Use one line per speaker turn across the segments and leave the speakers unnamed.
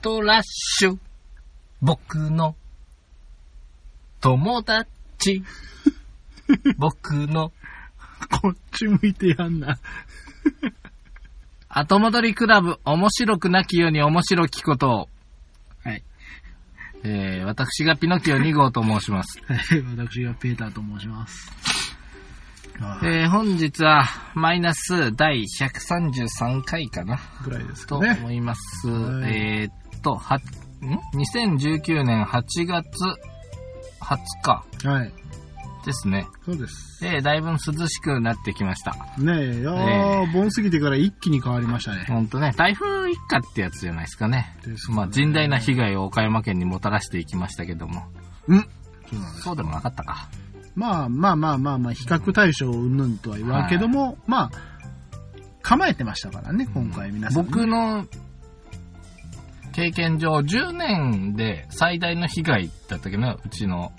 トラッシュ。僕の友達。 僕の
こっち向いてやんな。
後戻りクラブ面白くなきように面白きことを。
はい。
えー、私がピノキオ2号と申します。
はい私がペーターと申します。あ
えー、本日はマイナス第133回かな。
ーぐらいです
と
かね。
思います。
はい
えーっと、は、ん ?2019 年8月20日
はい。
ですね。
そうです。
えー、だいぶ涼しくなってきました。
ねえ、いやー、盆過ぎてから一気に変わりましたね。
ほんとね、台風一過ってやつじゃないですかね。
ですね
まあ、甚大な被害を岡山県にもたらしていきましたけども。
うん。そうなんです。
そうでもなかったか。
まあまあまあまあまあ、比較対象云々とは言わんけども、まあ、構えてましたからね、今回皆さんね、
僕の経験上、10年で最大の被害だったけど、うちの、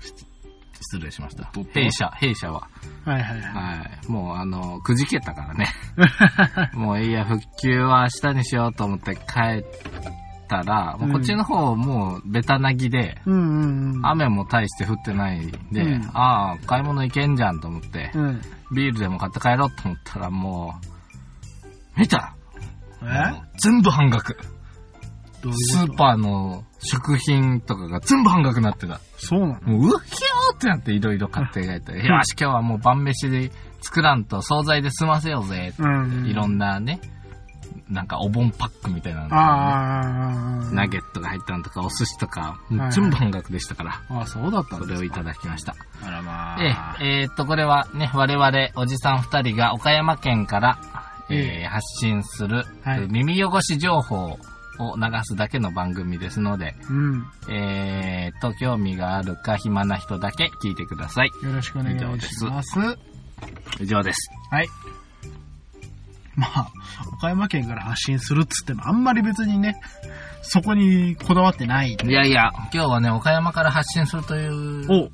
失失礼しました。弊社、弊社は。
はいはいはい。
はい。もう、あの、くじけたからね。 もういいや、復旧は明日にしようと思って帰ったら、もうこっちの方、もう、ベタなぎで、
うんうんうん。
雨も大して降ってないんで、
うん
ああ、買い物行けんじゃんと思って、
うん。
ビールでも買って帰ろうと思ったら、もう、見たも
え
う全部半額。
どう
ス
いう
ー
こと
パーの食品とかが全部半額になってた。
そうな
も
の
う、うわ、ひょーってなっていろいろ買って帰 って、よし、今日はもう晩飯で作らんと、惣菜で済ませようぜ。
うん。
いろ
な。
んなね、なんかお盆パックみたいなのとか
あ
ね、
ーあーあー。
ナゲットが入ったのとか、お寿司とか、
いはい
全部半額でしたから、
あーそうだったん
そ
で
れ
す
を
か
いただきました。
あらま
え
あ。
ええーっと、これはね、我々、おじさん二人が岡山県から、えー発信する、
はい
耳汚し情報を流すだけの番組ですので、
うん。
えーっと、興味があるか暇な人だけ聞いてください。
よろしくお願いします。
以上です。
はい。まあ、岡山県から発信するっつっても、あんまり別にね、そこにこだわってない。
いやいや、今日はね、岡山から発信するという
お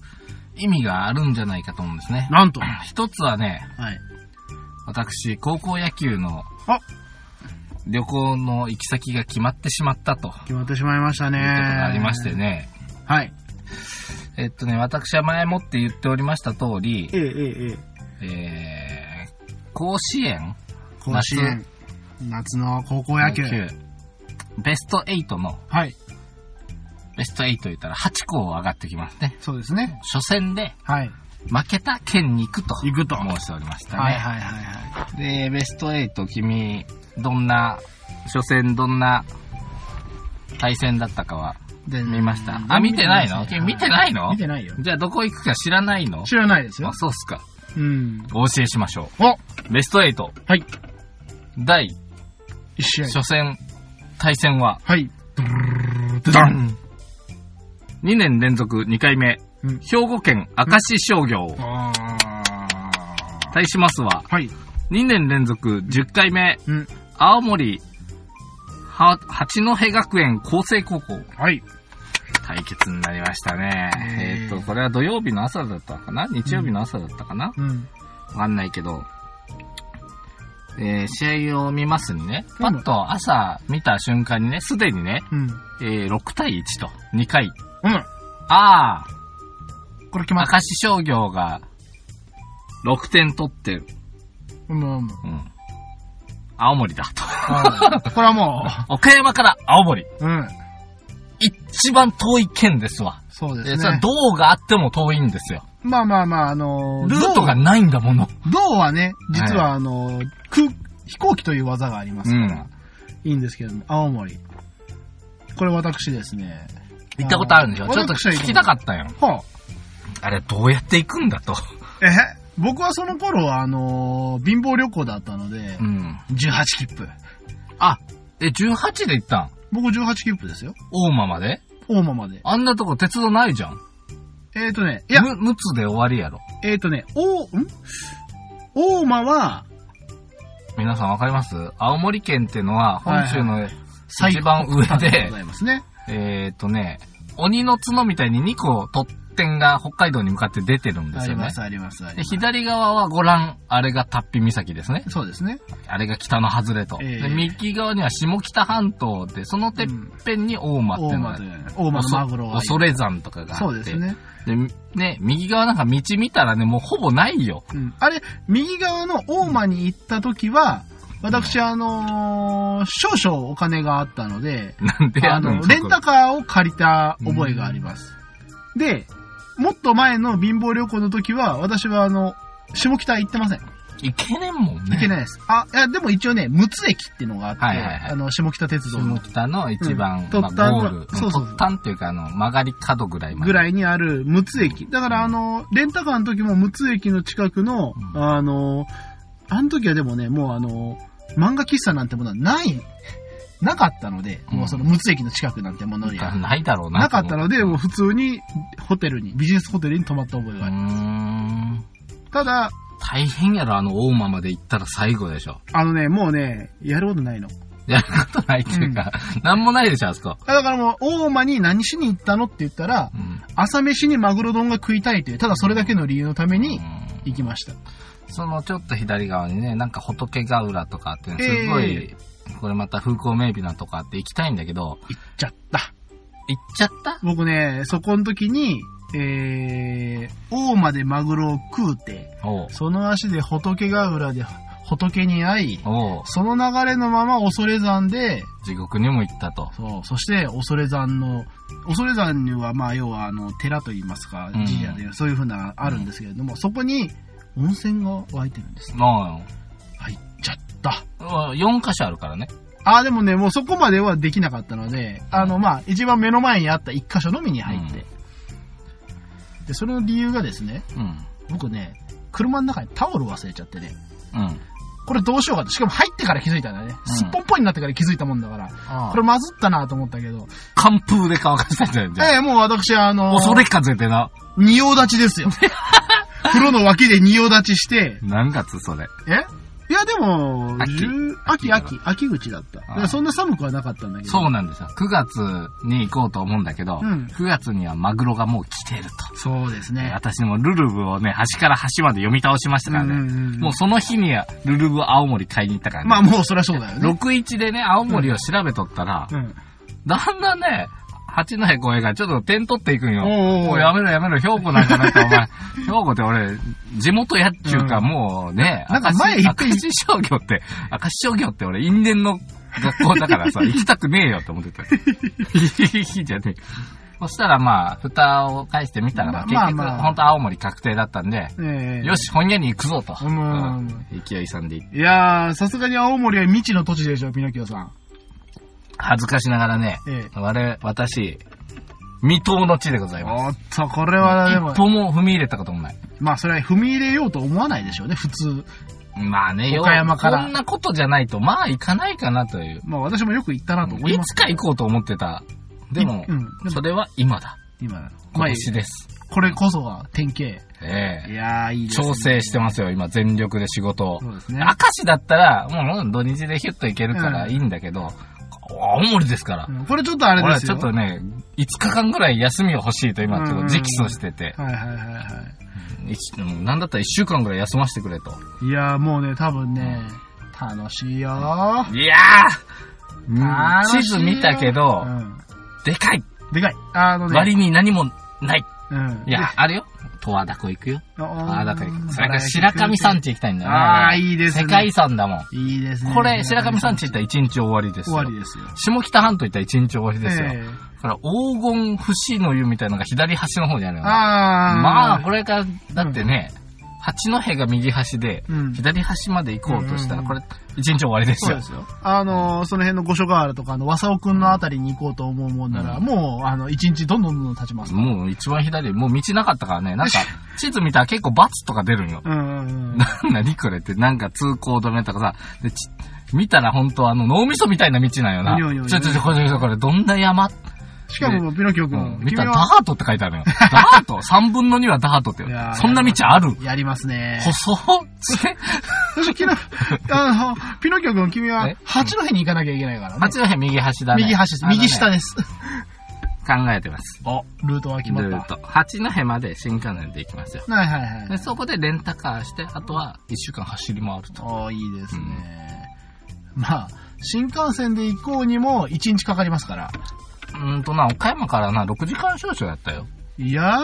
意味があるんじゃないかと思うんですね。
なんと。は
一つはね、
い。
私、高校野球の
あ
旅行の行き先が決まってしまったということ
決まってしまいましたね。
がありまして。ね、
はい。
えっとね、私は前もって言っておりました通り、
えええええ
え
え。
ー、甲子園
甲子園。夏の高校野球。
ベスト8の、
はい。
ベスト8言ったら8校上がってきますね。
そうですね。
初戦で
はい。
負けた県に行くと
行くと。
申しておりましたね。
はいはいはいは。
で、ベスト8、君、どんな、初戦どんな対戦だったかはい
で
見ましたあ、見てないの君見てないの
見てないよ。
じゃあどこ行くか知らないの
知らないですよ
あ、。そうっすか。
うん。
お教えしましょ
おは
う。ベスト8、
い。
第
一試合。
初戦、対戦は、
はい。
ダン !2 年連続2回目、
うん
兵庫県明石商業。
あー
対しますは、
はい。
2年連続10回目、
うん。
青森、は、八戸学園厚生高校。
はい。
対決になりましたね。
ね
えっ、と、これは土曜日の朝だったのかな日曜日の朝だったかな、
うん。
わかんないけど、えー試合を見ますにね、
うん
パッと朝見た瞬間にね、すでにね、
うん。
えー6対1と、2回。
うん。
あ
これ決
ー、
ま
明
った。
石商業が6点取ってる。
うんうん。
うん。青森だと。
あーこれはも
岡山から青森。
う、うん。
一番遠い県ですわ。
そう
で
です
それは
ね。
道があっても遠いんですよ。
まあまあまあ、あの
ルートがないんだもの。
銅はね、実はあの空、飛行機という技がありますから、いいんですけども、青森。これ私ですね。
行ったことあるんでしょ
の
ちょっと
私は行
聞きたか
っ
ったんよ。
た。は
あれ、どうやって行くんだと。
あ、え僕はその頃は、あのー貧乏旅行だったので
う、ん。
18切符。
あ、え、18で行ったん
僕18切符ですよ。
大間まで
大間まで。
あんなとこ鉄道ないじゃん。
えっ、とね、いや、
む、むつで終わりやろ。
えっ、とね、大、ん大間は、
皆さんわかります青森県ってのは、本州の
最
一番上
北端
で
ござ、いますね。
えーっとね、鬼の角みたいに2個と、点が北海道に向かって出てるんで
あ
す
り
よね
ま。す、あります、あり
で
ます。
左側はご覧、あれが達比岬ですね。
そうですね。
あれが北の外れと。
ええ
で右側には下北半島で、そのてっぺんに大間っていう
大
の
間
が、
と大間のマグロがいる。
恐れ山とかがあって。
そうですね。
でね、右側なんか道見たらね、もうほぼないよ。
うん。あれ、右側の大間に行った時は、私、あのー少々お金があったので、
なんで、
あの、レンタ
カ
カーを借りた覚えがあります。で、もっと前の貧乏旅行の時は、私はあの、下北行ってません。
行けねえもんね。
行けないです。あ、いや、でも一応ね、陸奥駅っていうのがあって、
はいはいはい
あの、下北鉄道の
下北の一番、
うん
まあ
突端の
ゴール。
そうそう
突端っていうか、あの、曲がり角ぐらいまで。
ぐらいにある陸奥駅。だからあの、レンタカーの時も陸奥駅の近くの、
うん
あの、あの時はでもね、もうあの、漫画喫茶なんてものはない、なかったので、
うん
もうその陸奥駅の近くなんてものには。
ないだろうな。
なかったので、もう普通にホテルに、ビジネスホテルに泊まった覚え
うー
がある。
ん。
ただ、
大変やろ、あの、大間まで行ったら最後でしょ。
あのね、もうね、やることないの。
やることないっていうか、なんもないでしょ、あそこ。
あだからもう、大間に何しに行ったのって言ったら
う、ん。
朝飯にマグロ丼が食いたいという、ただそれだけの理由のために
うん
行きました。
そのちょっと左側にね、なんか仏ヶ浦とかあってね、すご
え
い、これまた風光明媚なとこあって行きたいんだけど、
行っちゃった。
行っちゃった
僕ね、そこの時に、えー、大間でマグロを食うて、
おう
その足で仏ヶ浦で仏に会い、
おう
その流れのまま恐山で、
地獄にも行ったと。
そう、そして恐山の、恐山には、まあ、要は、あの、寺といいますか、
うん
神社で、そういうふうな、あるんですけれども、そこに温泉が湧いてるんです。
も
入っちゃった。
う、4箇所あるからね。
ああ、でもね、もうそこまではできなかったので、あの、まあ、一番目の前にあった一箇所のみに入って、で、それの理由がですね、
うん。
僕ね、車の中にタオル忘れちゃってね、
うん。
これどうしようかと。しかも入ってから気づいたんだよね。
うん
すっぽんぽんになってから気づいたもんだから、こ
こ
れ
れ、
まずったなと思ったけど、
寒風で乾かしたんじゃん。じゃあ
ええ、もう私、あのー、
恐れ風でな。
仁王立 ちですよ。風呂の脇で仁王立ちして、
何月それ。
えいや、でも、
秋
10秋、秋、秋口だった。だ
ああ
からそんな寒くはなかったんだけど。
そうなんですよ。9月に行こうと思うんだけど、
うん
9月にはマグロがもう来てると。
そうですね。
私もルルブをね、端から端まで読み倒しましたからね。
うんうんうん
もうその日にはルルブ青森買いに行ったからね。
まあ、もうそりゃそうだよね。
61でね、青森を調べとったら、
うん。
だんだんね、八戸声がちょっと点取っていくんよ。
おうおうおう
もうやめろやめろ、兵庫なんかないと、お前。 兵庫って俺、地元やっちゅうか、
うん
もうね、
なんか
明石
前言って
明石商業って、明石商業って俺、因縁の学校だから さ、行きたくねえよって思ってた。いいじゃねえ。そしたらまあ、蓋を返してみたら、まあ、結
まあ
局、
まあまあ
本当青森確定だったんで、
ええ
よし、本屋に行くぞと。
うんうん
うん勢いさんで行って
いやー、さすがに青森は未知の土地でしょ、ピノキオさん。
恥ずかしながらね、
え
我、私、未踏の地でござ
え。
います。
おっと、これはでも
一、歩も踏み入れたこともない。
まあ、それは踏み入れようと思わないでしょうね、普通。
まあね、
岡山から
こんなことじゃないと、まあ行かないかなという。
まあ、私もよく行ったなと思い
い
ま
つ
す。
か行こうと思ってた。でも
い、うんでも
それは今だ。
今なの、ま
今
あ、
年です。
これこそが典型。
え
い
え
やー、いいですね。
調整してますよ、今、全力で仕事を。
そうですね
明。石だったら、もう土日でヒュッと行けるから
うん
いいんだけど、青森ですから
う。んこれちょっとあれ
俺
で
は
す
ちょ
よ。
っとね、5日間ぐらい休みを欲しいと今、ちょっと直訴してて、
はいはいはいはい
うんなんだったら1週間ぐらい休ませてくれと。
い。いやー、もうね、多分ね、楽しいよー。
いやー
楽
地
しい
図
よ
見たけど、
うん
でかい
でかい。あのね。
割に何もない。
うん。
いや、あれよ。十和田湖行くよ。十
あー、
和田湖行く。それから白神山地行きたいんだよね。
あー
俺
いいですね
世界遺産だもん。
いいですね。
これ、白神山地行ったら一日終わりです
終
よ。
わりですよ。
下北半島行ったら一日終わりですよ。
ええ
だから黄金節の湯みたいなのが左端の方にあるよね。
あー。
まあ、これが、だってね、八戸が右端で、
うん
左端まで行こうとしたら、
うん
これ、一日終わりです
そう
よ
で。すよ。あのー、その辺の五所川原とか、あの、和尾くんのあたりに行こうと思うもんなら、
うん
もう、あの、一日どんどんどんどん経ちます。
もう一番左、もう道なかったからね、なんか、地図見たら結構バツとか出るんよ。
うんうんうん。
何これって、なんか通行止めとかさ、でち見たら本当あの、脳みそみたいな道なんよ
いやいやい
な。
や
ちょちょちょ、これ、これこれ、どんな山、
しかも、ピノキオ
う
君、
ん、見
君
たらダ
は、
ートって書いてあるよ。ダート ?3 分の2はダートって
いや。ー
そんな道ある
やりますね。
細っ
そして、昨日、 あの、ピノキオ君、君は
え、
八戸に行かなきゃいけないからね。
八戸右端だね。
右端です。右下です。
考えてます。
お、ルートは決まっ
ルー
た。
ト。八戸まで新幹線で行きますよ。
はいはいは
で
い。
そこでレンタカーして、あとは一週間走り回ると。
おいいですね。まあ、新幹線で行こうにも1日かかりますから。
うーんとな、岡山からな、6時間少々やったよ。
いや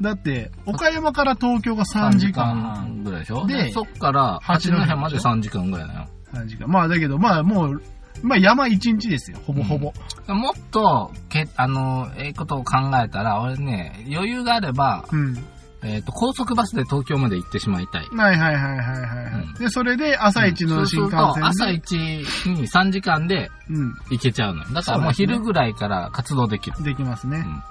ーだって、岡山から東京が3時間半。
ぐらいでしょ
で
で、そっから八
八戸
戸
まで
まで3時間ぐらいだよ。
3時間。まあだけど、まあもう、まあ山1日ですよ、ほぼほぼ。
もっと、け、あの、ええことを考えたら、俺ね、余裕があれば、
うん。
えっ、と、高速バスで東京まで行ってしまいたい。
はいはいはいはいはい。
うん
で、それで朝一の新幹
そうすると
線
朝
で。
一に3時間で
うん。
行けちゃうのよ。だからもう
そうですね
昼ぐらいから活動できる。
できますね。
ん
ま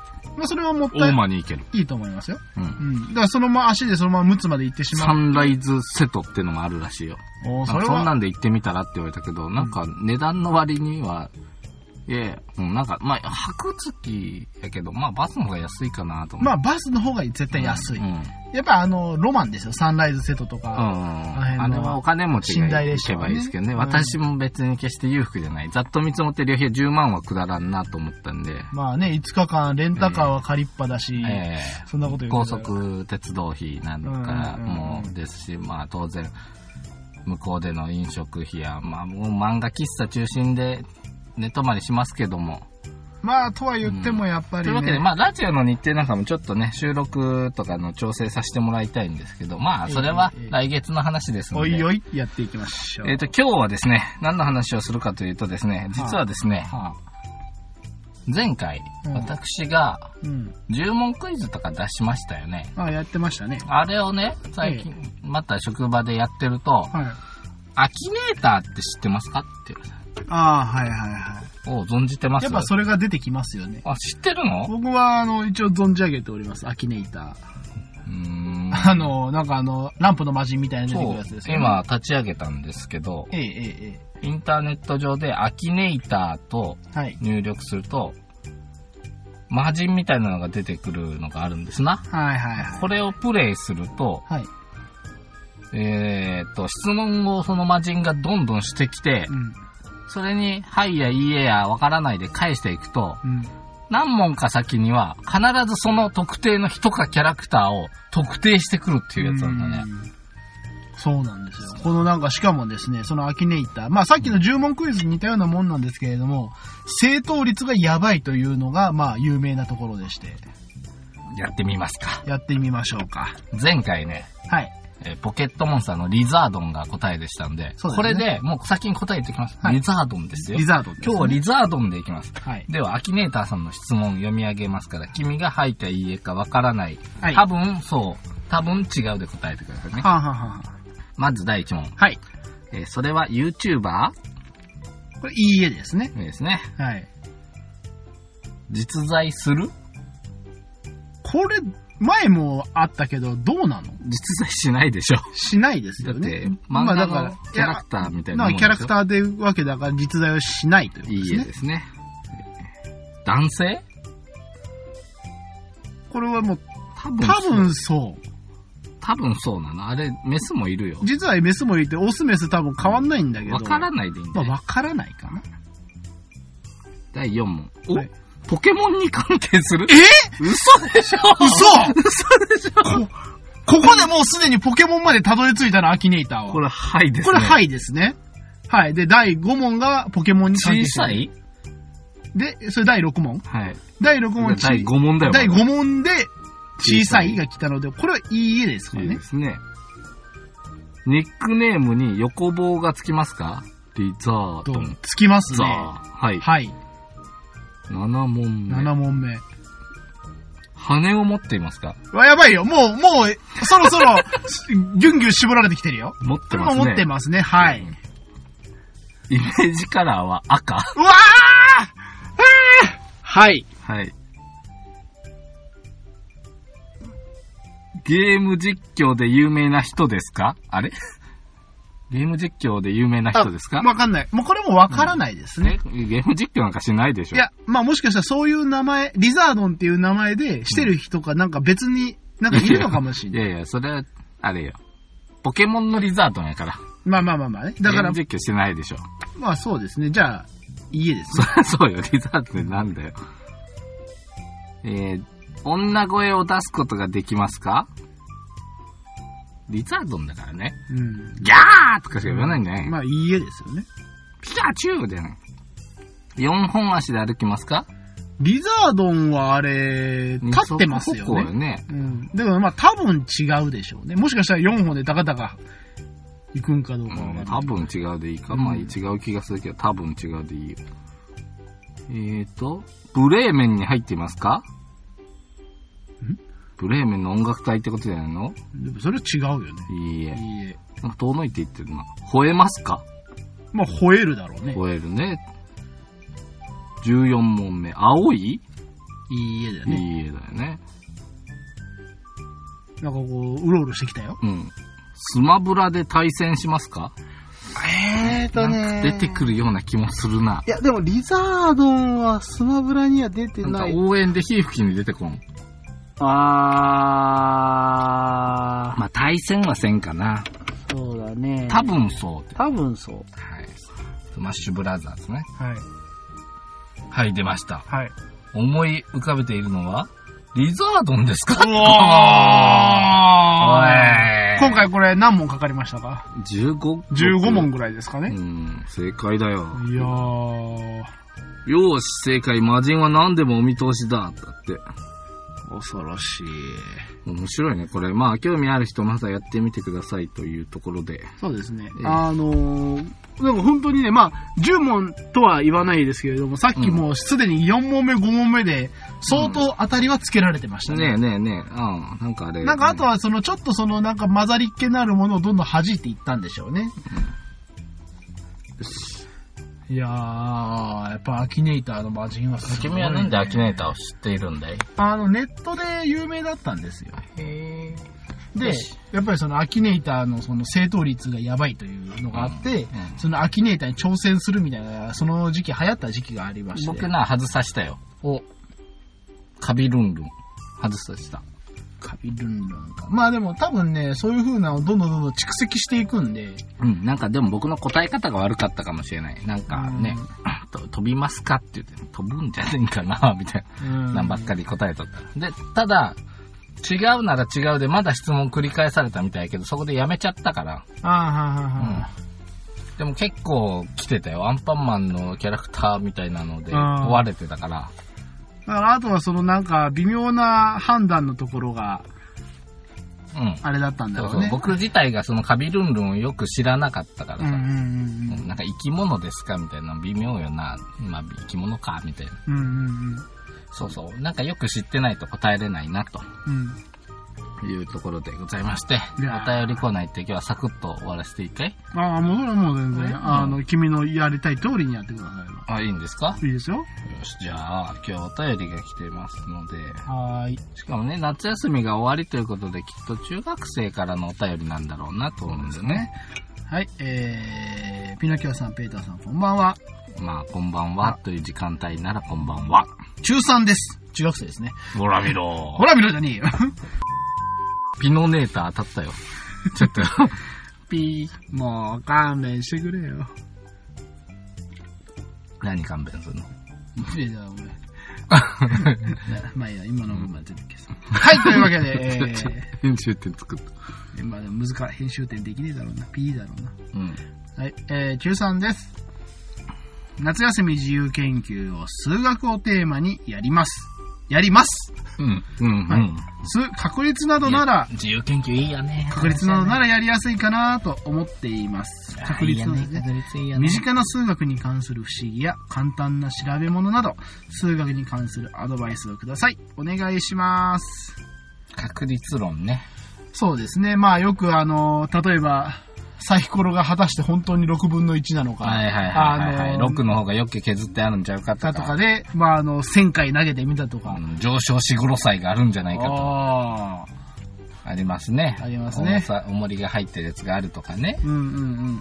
あそれはもった
大
い
間に行ける。
いいと思いますよ。
うん。
うん。だからそのまま足でそのまま陸奥まで行ってし
サ
まう。
ンライズセットっていうのがあるらしいよ。
おー
そ
それ
そんな
は。
んで行ってみたらって言われたけど、なんか値段の割には、いやいや、うん、なんか、まあ、白月やけど、まあ、バスの方が安いかなと思っ
まあバスの方が絶対安い。
うん。うん。
やっぱあの、ロマンですよ。サンライズセットとか。辺の
あれはお金持ちが行けばいいですけどね。
寝台列
私も別に決して裕福じゃない。ざっと見積もって旅費は10万はくだらんなと思ったんで、
まあね、5日間レンタカーは借りっぱだし、
ええ
そんなこと言うけど
高。速鉄道費なんか
うんうんうんう
も
ん
ですし、まあ当然、向こうでの飲食費や、まあもう漫画喫茶中心で寝泊まりしますけども。
まあ、とは言ってもやっぱり、ね
というわけで、まあラジオの日程なんかもちょっとね、収録とかの調整させてもらいたいんですけど、まあそれは
ええええ
来月の話ですの
お
で。
いおい、やっていきましょう。
えっ、と、今日はですね、何の話をするかというとですね、実はですね、
は
前回、
うん
私が
あ、うん。
10問クイズとか出しましたよね。
あやってましたね。
あれをね、最近、また職場でやってると、
はい。
アキネーターって知ってますかっていう。
ああ、はいはいは
お存じてま
い。
す
やっぱそれが出てきますよね。
あ、知ってるの
僕は、あの、一応存じ上げております。アキネイタ
うーん。
ー。あの、なんかあの、ランプの魔人みたいな出てく
そ
る
う
やつで、すよね。。
今立ち上げたんですけど、
えええええ
インターネット上でアキネーターと
え。はい。
入力すると、魔人みたいなのが出てくるのがあるんですな。
はいはいはい。
これをプレイすると、
はい。
えーっと、質問をその魔人がどんどんしてきて
う、ん。
それに、はいやいいえやわからないで返していくと、
うん。
何問か先には、必ずその特定の人かキャラクターを特定してくるっていうやつなんだね。
うんそうなんですよ。このなんか、しかもですね、そのアキネイター。まあさっきの10問クイズに似たようなもんなんですけれども、正答率がやばいというのが、まあ有名なところでして、
やってみますか。
やってみましょうか。
前回ね、
はい。
えーポケットモンスターのリザードンが答えでしたんで、
そうですね
これでもう先に答えてきます。
はい
リザードンですよ。
リザードですね
今日はリザードンでいきます。
はい。
では、アキネーターさんの質問読み上げますから、君が吐いたいいえかわからない。
はい
多分、そう。多分違うで答えてくださいね。
はあ、はあはあ、
まず第1問。
はい。
えーそれは YouTuber?
これ、いいえですね。
ですね。
はい。
実在する
これ、前もあったけど、どうなの
実在しないで しょ。
しないです
だっ
よ
て
ね。、
漫
まあ
画
だか
の
ら
キャラクターみたい
な
なんもん
かキャラク
ー
ターでわけだから実在をしないということ
い
で
い
すね。
えですね。男性
これはもう、
多分
多
そう
分そう。
多分そうなの。あれ、メスもいるよ。
実はメスもいて、オスメス多分変わんないんだけど。
わからないでいいん
ま
だ
あ、
よ。
わからないかな。
第4問。お、
はい
ポケモンに関係する
え
嘘でしょ
嘘
嘘でしょ
こ、ここでもうすでにポケモンまでたどり着いたの、アキネイターは。
これ、はいです
こ
ね。。
れ、はいいですね。はい。で、第5問がポケモンに関係
小
してる
さい
で、それ第6問
はい。
第6問、ち
第5問だよ。
第
ま
5問で、小
小
さ
さ
い
い
が来たので、これはいい絵ですか
だ
ら
いい
ね
で。すね。ニックネームに横棒がつきますかリザー
ど
ド
う
ン。
つきます
ザー。
ね。
はい。
はい。
7問目。
7問目。
羽を持っていますか
わ、やばいよ。もう、もう、そろ そろ、ぎゅんぎゅん絞られてきてるよ。
持って
これ
ま
も
すね。
持ってますね。はい。
イメージカラーは赤。
うわーあーはい。
はい。ゲーム実況で有名な人ですかあれ ゲーム実況で有名な人ですか、
わかんない。もうこれもわからないですね。
ね、ゲーム実況なんかしないでしょ
いや、まあもしかしたらそういう名前、リザードンっていう名前でしてる人かなんか別に、なんかいるのかもしれ ない。
いやいや、それは、あれよ。ポケモンのリザードンやから。
まあまあまあまあね。だから
ゲーム、実況してないでしょ。
まあそうですね。じゃあ、家です
そ
ね。
りゃそうよ、リザードンってなんだよ。えー女声を出すことができますかリザードンだからね。
うん。
ギャーとかしか言わないんじゃない、
まあ、いいえですよね。
ピカチュウじゃない。4本足で歩きますか
リザードンはあれ、立ってますよ
そこだ
ね。
ね。
うん。だからまあ、多分違うでしょうね。もしかしたら4本で高々行くんかどうか
うん
は。
多。分違うでいいか。
うん
まあ違う気がするけど、多分違うでいいよ。えーと、ブレーメンに入っていますかブレーメンの音楽隊ってことじゃないの
でもそれは違うよね。
いいえ。
いいえ。
なんか遠のいていってるな。吠えますか
まあ、吠えるだろうね。
吠えるね。14問目。青い
いいえだよね。
いい絵だよね。
なんかこう、うろうろしてきたよ。
うん。スマブラで対戦しますか
えー
なんか出てくるような気もするな。
いや、でもリザードンはスマブラには出て
なんか応援で火吹きに出てこん。
あ
まあ、対戦はせんかな。
ー、そうだね。
多分そうって。
多分そう。
はい。スマッシュブラザーズね。
はい。
はい、出ました。
はい。
思い浮かべているのは、リザードンですか
う
お
わ
い
今回これ何問かかりましたか
?15?15
?15 問ぐらいですか
う
ね。
ん、正解だよ。
いやー。
よし、正解。魔人は何でもお見通しだ。だって。
恐ろしい。
面白いね、これ。まあ、興味ある人、またやってみてくださいというところで。
そうですね
え。え
あのー、でも本当にね、まあ、10問とは言わないですけれども、さっきもうすでに4問目、5問目で、相当当たりはつけられてましたね。
ねえねえねえ、うん、なんかあれ。
なんかあとは、その、ちょっとその、なんか混ざりっ気のあるものをどんどん弾いていったんでしょうね。いやー、やっぱアキネイターの魔人はすごい、ね。
君はなんでアキネーターを知っているんだい
あの、ネットで有名だったんですよ。
へ
で
よし、
やっぱりそのアキネイターのその正答率がやばいというのがあって、
うん
そのアキネイターに挑戦するみたいな、その時期流行った時期がありまして。
僕な、外さしたよ。お。カビルンルン。外さした。
カビルンルンか。まあでも多分ね、そういう風なのをどんどんどんどん蓄積していくんで、
うん、なんかでも僕の答え方が悪かったかもしれない。なんかね、と飛びますかって言って、飛ぶんじゃねえかな、 みたいな。
うん
なんばっかり答えとった。で、ただ、違うなら違うで、まだ質問繰り返されたみたいやけど、そこでやめちゃったから。
あ
うん。でも結構来てたよ。アンパンマンのキャラクターみたいなので、
うん
追われてたから。
ーはーはーはーだからあとはそのなんか微妙な判断のところが
うん。
あれだったんだ
そう
ろ
そうう
ね。
僕自体がそのカビルンルンをよく知らなかったから
うんう
さ。
ん
うんなんか生き物ですかみたいな微妙よな。まあ生き物かみたいな。
うんうん。うんうん
そうそう。なんかよく知ってないと答えれないなと
うん。
いうところでございまして。お
いや
便
ー
りコーナー行って今日はサクッと終わらせていいかい
うん。ああ、もうそれはもう全
ね
然、あの、君のやりたい通りにやってくださいよ。
あ、いいんですか
いいですよ。
よし、じゃあ、今日お便りが来てますので、
はーい。
しかもね、夏休みが終わりということで、きっと中学生からのお便りなんだろうなと思うんですね。
はい、えー、ピノキオさん、ペーターさん、こんばんは。
まあ、こんばんはという時間帯ならこんばんは。
中3です。中学生ですね。
ほら見ろ
ほら見ろじゃねえ よ。
ピノネーター当たったよ。ちょっと。 ピー。
もう勘弁してくれよ。
何勘弁するの
いや、 俺。まあいいや、今の分まで出てきた。はい、というわけで、
編集点作った。
えー、まあでも難しい、編集点できねえだろうな。P だろうな。
うん。
はい、えー、中3です。夏休み自由研究を数学をテーマにやります。やります。
うん。うん。うん。
数、確率などなら、
自由研究いいよね。
確率などならやりやすいかなと思っています。確率など
いいよ
ね
ね。。確率いいよね。
身近な数学に関する不思議や簡単な調べ物など、数学に関するアドバイスをください。お願いします。
確率論ね。
そうですね。まあよくあの、例えば、サイコロが果たして本当に6分の1なのか、
はいはいはいはい、はい。
あの
6の方がよく削ってあるんちゃうかと
だ
か。
とかで、まああの、1000回投げてみたとか。
うん上昇しごろ祭があるんじゃないかと。
ああ。
ありますね。
ありますね
重さ、重りが入ってるやつがあるとかね。
うんうんうんうんうん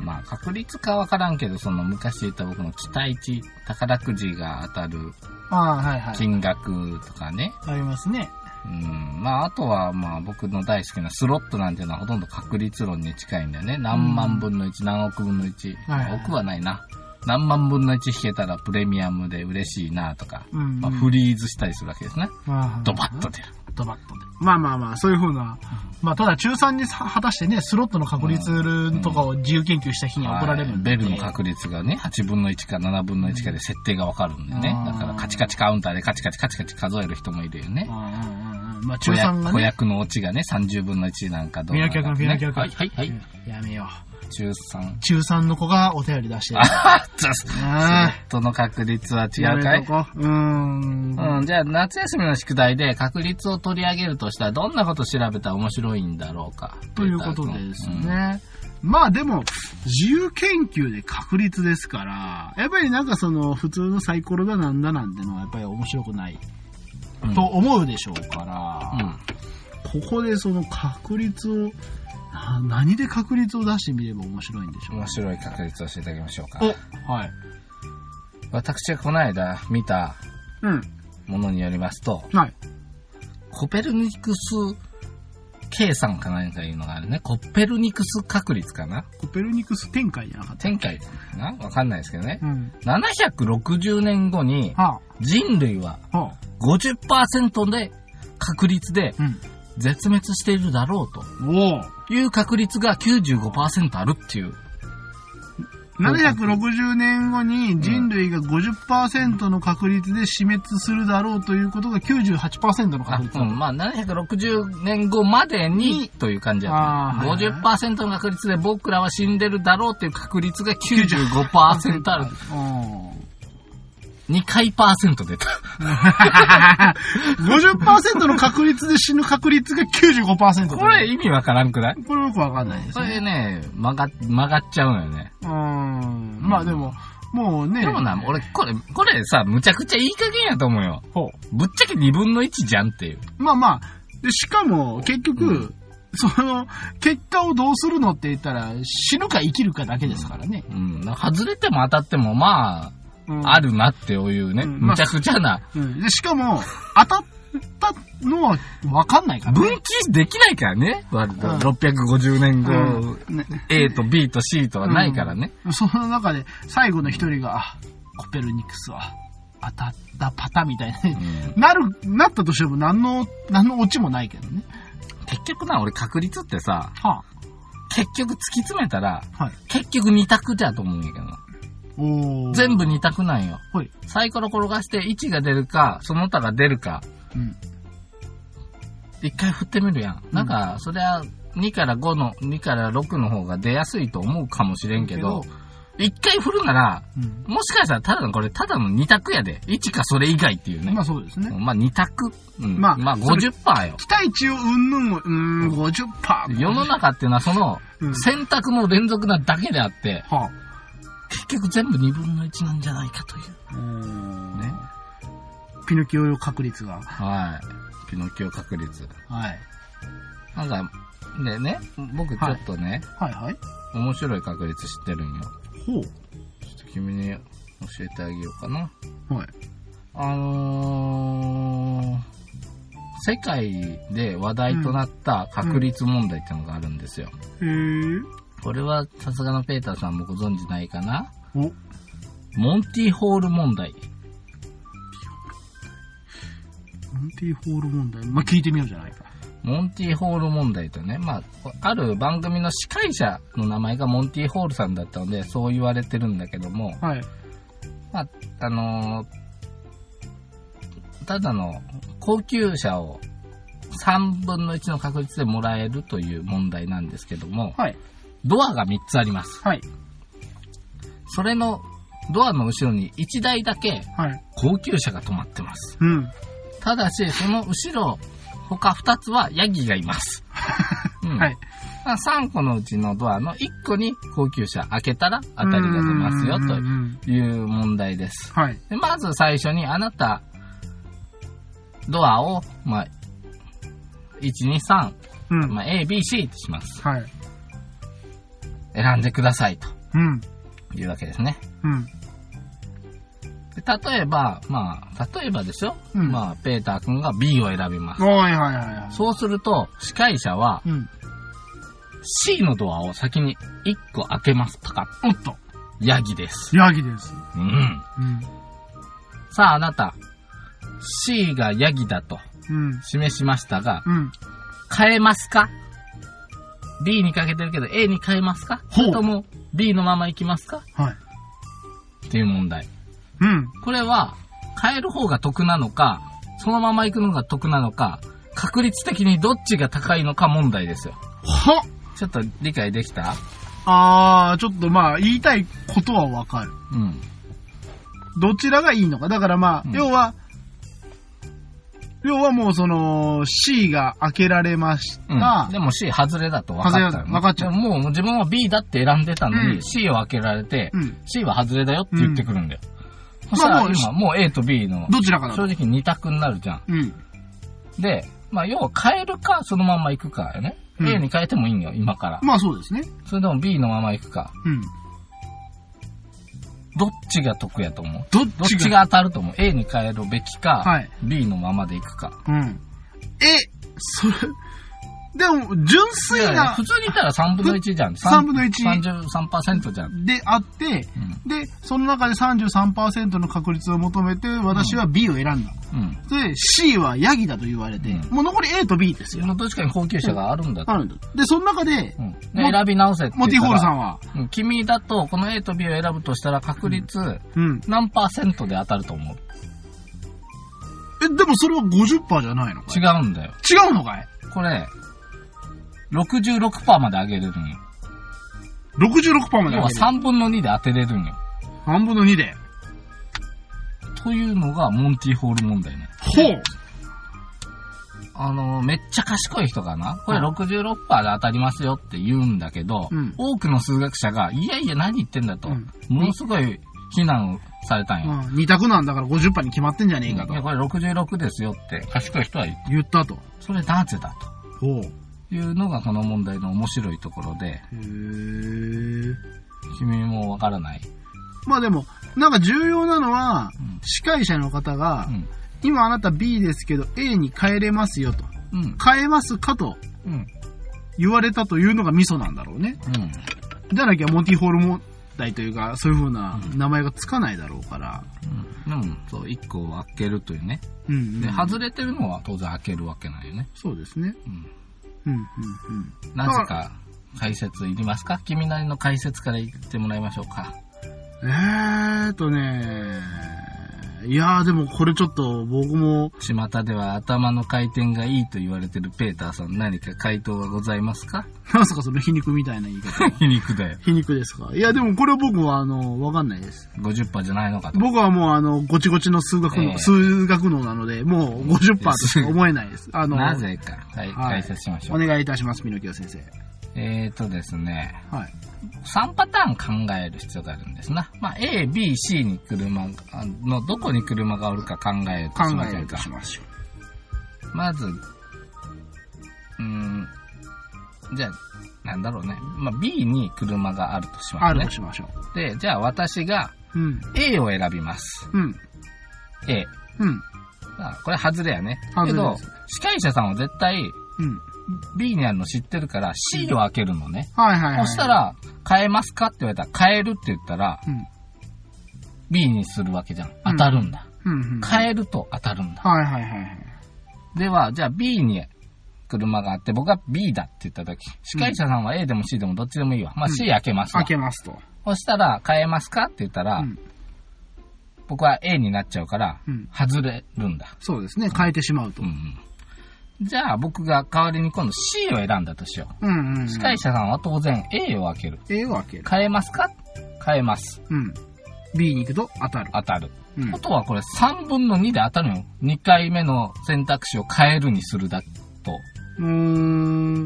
うん。
まあ、確率かわからんけど、その昔言った僕の期待値、宝くじが当たる
ああ、はいはい。
金額とかね。
ありますね。
うん。まあ、あとは、まあ、僕の大好きなスロットなんていうのはほとんど確率論に近いんだよね。何万分の1、何億分の1。
はいはい
億はないな。何万分の1引けたらプレミアムで嬉しいなとか、
うんうん
まあ、フリーズしたりするわけですね。
まあ
ドバッと出る。
ドバッとで。まあまあまあ、そういうふうな。まあ、ただ中3にさ果たしてね、スロットの確率とかを自由研究した日には怒られるんで。
はいベルの確率がね、8分の1か7分の1かで設定がわかるんだよね
う。
だ
ん
からカチカチカウンターでカチカチカチカチ数える人もいるよね
う。んうんうんうんまあ、中
子
3
役
が
子
ね。
役のオチがね、30分の1なんかどう
ミ
な
ラ
の
キ
か
ャ
と
君、
か、ね。
ミラキャ君。
はいはいはい。
やめよ
中3。
う。中3の子がお便り出してる。
あっ、ス
あ
ロットの確率は違
や
う
め
か
と
い
こう。うーん。
うん、じゃあ夏休みの宿題で確率を取り上げるとしたらどんなこと調べたら面白いんだろうか。
ということでです
うん
ね。まあでも、自由研究で確率ですから、やっぱりなんかその、普通のサイコロだなんだなんてのはやっぱり面白くない
うん
と思うでしょうから、
うん
ここでその確率を、な何で確率を出してみれば面白いんでしょう
面白い確率を教えてあげましょうか。
おはい。
私がこの間見た
うん。
ものによりますと、
はい。
コペルニクス計算か何かいうのがあるね。コペルニクス確率かな
コペルニクス展開じゃなかった。
天界かなわかんないですけどね。
うん。
760年後に
は
人類は
あ、はあ、
50%で確率で
う
絶滅しているだろうと
ん。おお。
いう確率が95%あるっていう。
760年後に人類が50%の確率で死滅するだろうということが98%
あ、
の確率
う
だと。
ん、まあ760年後までにという感じだ
あ
と
ーは
思。
いう
50%の確率で僕らは死んでるだろうっていう確率が95%ある。2回パーセント出た。
50%の確率で死ぬ確率が95%。
これ、意味わからんくない
これよくわかんないです
こ
ね。
れね、曲が、曲がっちゃうのよね。
うーん。まあでも、もうね。
でもな、俺、これ、これさ、むちゃくちゃいい加減やと思うよ。
ほ
ぶっちゃけ2分の1じゃんっていう。
うまあまあ、で、しかも、結局、
うん
その、結果をどうするのって言ったら、死ぬか生きるかだけですからね。
うん。外れても当たっても、まあ、
うん
あるなっていうね、
うん
むちゃくちゃな。
うん。で、しかも、当たったのはわかんないからね。
分岐できないからね。割と
うん
650年後、
うんね
A と B と C とはないからね。
その中で、最後の一人が、あ、コペルニクスは、当たったパタみたいな、
うん
なる、なったとしても何の、何のオチもないけどね。
結局な、俺確率ってさ、
は
結局突き詰めたら、
あ、はい。
結局2択だと思うんやけどな。
おー
全部2択なんよ。
はい。
サイコロ転がして1が出るか、その他が出るか、
うん。
一回振ってみるやん。なんか、そりゃ、2から5の、2から6の方が出やすいと思うかもしれんけど、一回振るなら、
うん。
もしかしたらただのこれ、ただの2択やで。1かそれ以外っていうね。
まあそうですね。
まあ2択。うん、ま
ま
あ、
あ
まあ50%よ。
期待値をうんぬんを、うーん、50%。
世の中っていうのはその
うん
選択の連続なだけであって、
は
結局全部2分の1なんじゃないかという。
あ、
ね
ね。ピノキオ用確率が。
はい。ピノキオ確率。
はい。
なんか、でね、僕ちょっとね、
はいはい。
面白い確率知ってるんよ。
ほ
ちょっと君に教えてあげようかな。
う。はい。
あのー、世界で話題となった確率問題ってのがあるんですよ。
へえ。
これはさすがのペーターさんもご存知ないかな
お、
モンティホール問題。
アンティホール問題。まあ、聞いてみようじゃないか。
モンティホール問題とね、まあ、ある番組の司会者の名前がモンティホールさんだったので、そう言われてるんだけども、
はい。
まあ、あのーただの高級車を3分の1の確率でもらえるという問題なんですけども、
はい。
ドアが3つあります。
はい。
それのドアの後ろに1台だけ
はい。
高級車が止まってます。
うん。
ただし、その後ろ、他2つはヤギがいます。うん
はい。
まあ3個のうちのドアの1個に高級車開けたら当たりが出ますよ
うんうんう
と
ん
いう問題です。
はい。
でまず最初にあなた、ドアを、まあ、1、2、3、
うん。
まあ、A、B、C とします。
はい。
選んでくださいと
うん。
いうわけですね。
うん。
で例えば、まあ、例えばですよ。
うん
まあ、ペーター君が B を選びます。
はいはいはいは。
そうすると、司会者はい
うん。
C のドアを先に1個開けます。パカッ。
おっと。
ヤギです。
ヤギです。
うん。
うん。
さあ、あなた、C がヤギだと
うん。
示しましたが、
うん。
変えますか ?B にかけてるけど A に変えますかそ
ほう
れとも B のまま行きますか
はい。
っていう問題。
うん。
これは、変える方が得なのか、そのまま行くのが得なのか、確率的にどっちが高いのか問題ですよ。
は
ちょっと理解できた
あー、ちょっとまあ、言いたいことはわかる。
うん。
どちらがいいのか。だからまあ、
うん
要は、要はもうその、C が開けられました。
うん、でも C 外れだと分かったよね
外れだ分かっちゃう
でももう自分は B だって選んでたのに、
うん
C を開けられて、
うん。
C は外れだよって言ってくるんだよ。そした
まあ
ら
もう
今もう A と B の
どちらかな
正直2択になるじゃん。
うん。
で、まあ要は変えるかそのまま行くかよね。
うん
A に変えてもいいんよ、今から。
まあそうですね。
それでも B のまま行くか。
うん。
どっちが得やと思う
どっ
どっちが当たると思う ?A に変えるべきか、
はい
B のままで行くか。
うん。え、それ、でも、純粋
いやいや
な
普、通に言ったら3分の1じゃん。
3分の1
33%じゃん。
であって、
う
で、その中で33%の確率を求めて、私は B を選んだ。
うん。
で、C はヤギだと言われて、
うん
もう残り A と B です
自
よ。
分のどっちかに高級車があるんだと。
あるんだ。で、その中で
う、ん。で
モ
選び直せって
モテ
言
ィ
った
ホー
ら
ルさんは、
うん君だと、この A と B を選ぶとしたら確率、
うん。
何パーセントで当たると思う
え、でもそれは50%じゃないのかい
違うんだよ。
違うのかい
これ、66%まで上げれるんよ。
?66% まで
要は
上げる。
3分の2で当てれるんよ。
半分の2で。
というのが、モンティホール問題ね。
ほう。
あの、めっちゃ賢い人がな、これ
うん
66%で当たりますよって言うんだけど、
うん
多くの数学者が、いやいや何言ってんだと、
うん
ものすごい非難をされたんよ。
うん。2択なんだから50%に決まってんじゃねえ
い
かと
や。これ66ですよって、賢い人は言う。
言ったと。
それなぜだ
ほう。へ
というのがこの問題の面白いところで、
ー。
君もわからない。
まあでも、なんか重要なのは、
うん
司会者の方が、
うん。
今あなた B ですけど A に変えれますよと。
うん。
変えますかと
うん。
言われたというのがミソなんだろうね。
うん。
じゃなきゃモンティホール問題というか、そういう風な名前がつかないだろうから。
うん。うん、そう、1個を開けるというね。
うん、うん。
で、外れてるのは当然開けるわけないよね。
そうですね。
うん。
うん、うん、うん。
なぜか解説いりますか君なりの解説から言ってもらいましょうか。
えーっとねいやーでもこれちょっと僕も、
巷では頭の回転がいいと言われてるペーターさん何か回答がございますか
なんすかその皮肉みたいな言い方。
皮肉だよ。
皮肉ですかいやでもこれは僕はあの、わかんないです。
50%じゃないのかと。
僕はもうあの、ごちごちの数学の、
ええ
数学能なので、もう50%としか思えないです。あの、
なぜか、はい、
は
解
い
説しましょ
お
う。
願いいたします、ミノキオ先生。
えーとですね、
はい。
3パターン考える必要があるんですな。まあ、A、B、C に車があの、どこに車がおるか考えると
考
しまし
え
ょ
いうた
か。
しましょ
まず、うーん、じゃあ、なんだろうね。まあ、B に車があるとし
う。
ま
あ
す
る
ね
と。しましょ
で、じゃあ私が
う。うん。
A を選びます。
うん。
A。
うん。
まあこれ外れやね。
外れ
けど
です、
司会者さんは絶対
うん。
B にあるの知ってるから C を開けるのね。
はいはい、はい。
そした、ら、変えますかって言われたら、変えるって言ったら、
うん。
B にするわけじゃん。当たるんだ。
うん、うん。
変えると当たるんだ。
はいはいはいはい。
では、じゃあ B に車があって、僕は B だって言ったとき、司会者さんは A でも C でもどっちでもいいわ。まあ
うん
C 開けますわ。
開けますと。
そしたら、変えますかって言ったら、
うん
僕は A になっちゃうから
うん、
外れるんだ。
そうですね。変えてしまうと。
うんうんじゃあ僕が代わりに今度 C を選んだとしよ
うんうん、うん。
う。司会者さんは当然 A を開ける。
A を開ける。
変えますか変えます。
うん。B に行くと当たる。
当たる。
うん
ことはこれ3分の2で当たるのよ。2回目の選択肢を変えるにするだと。
うー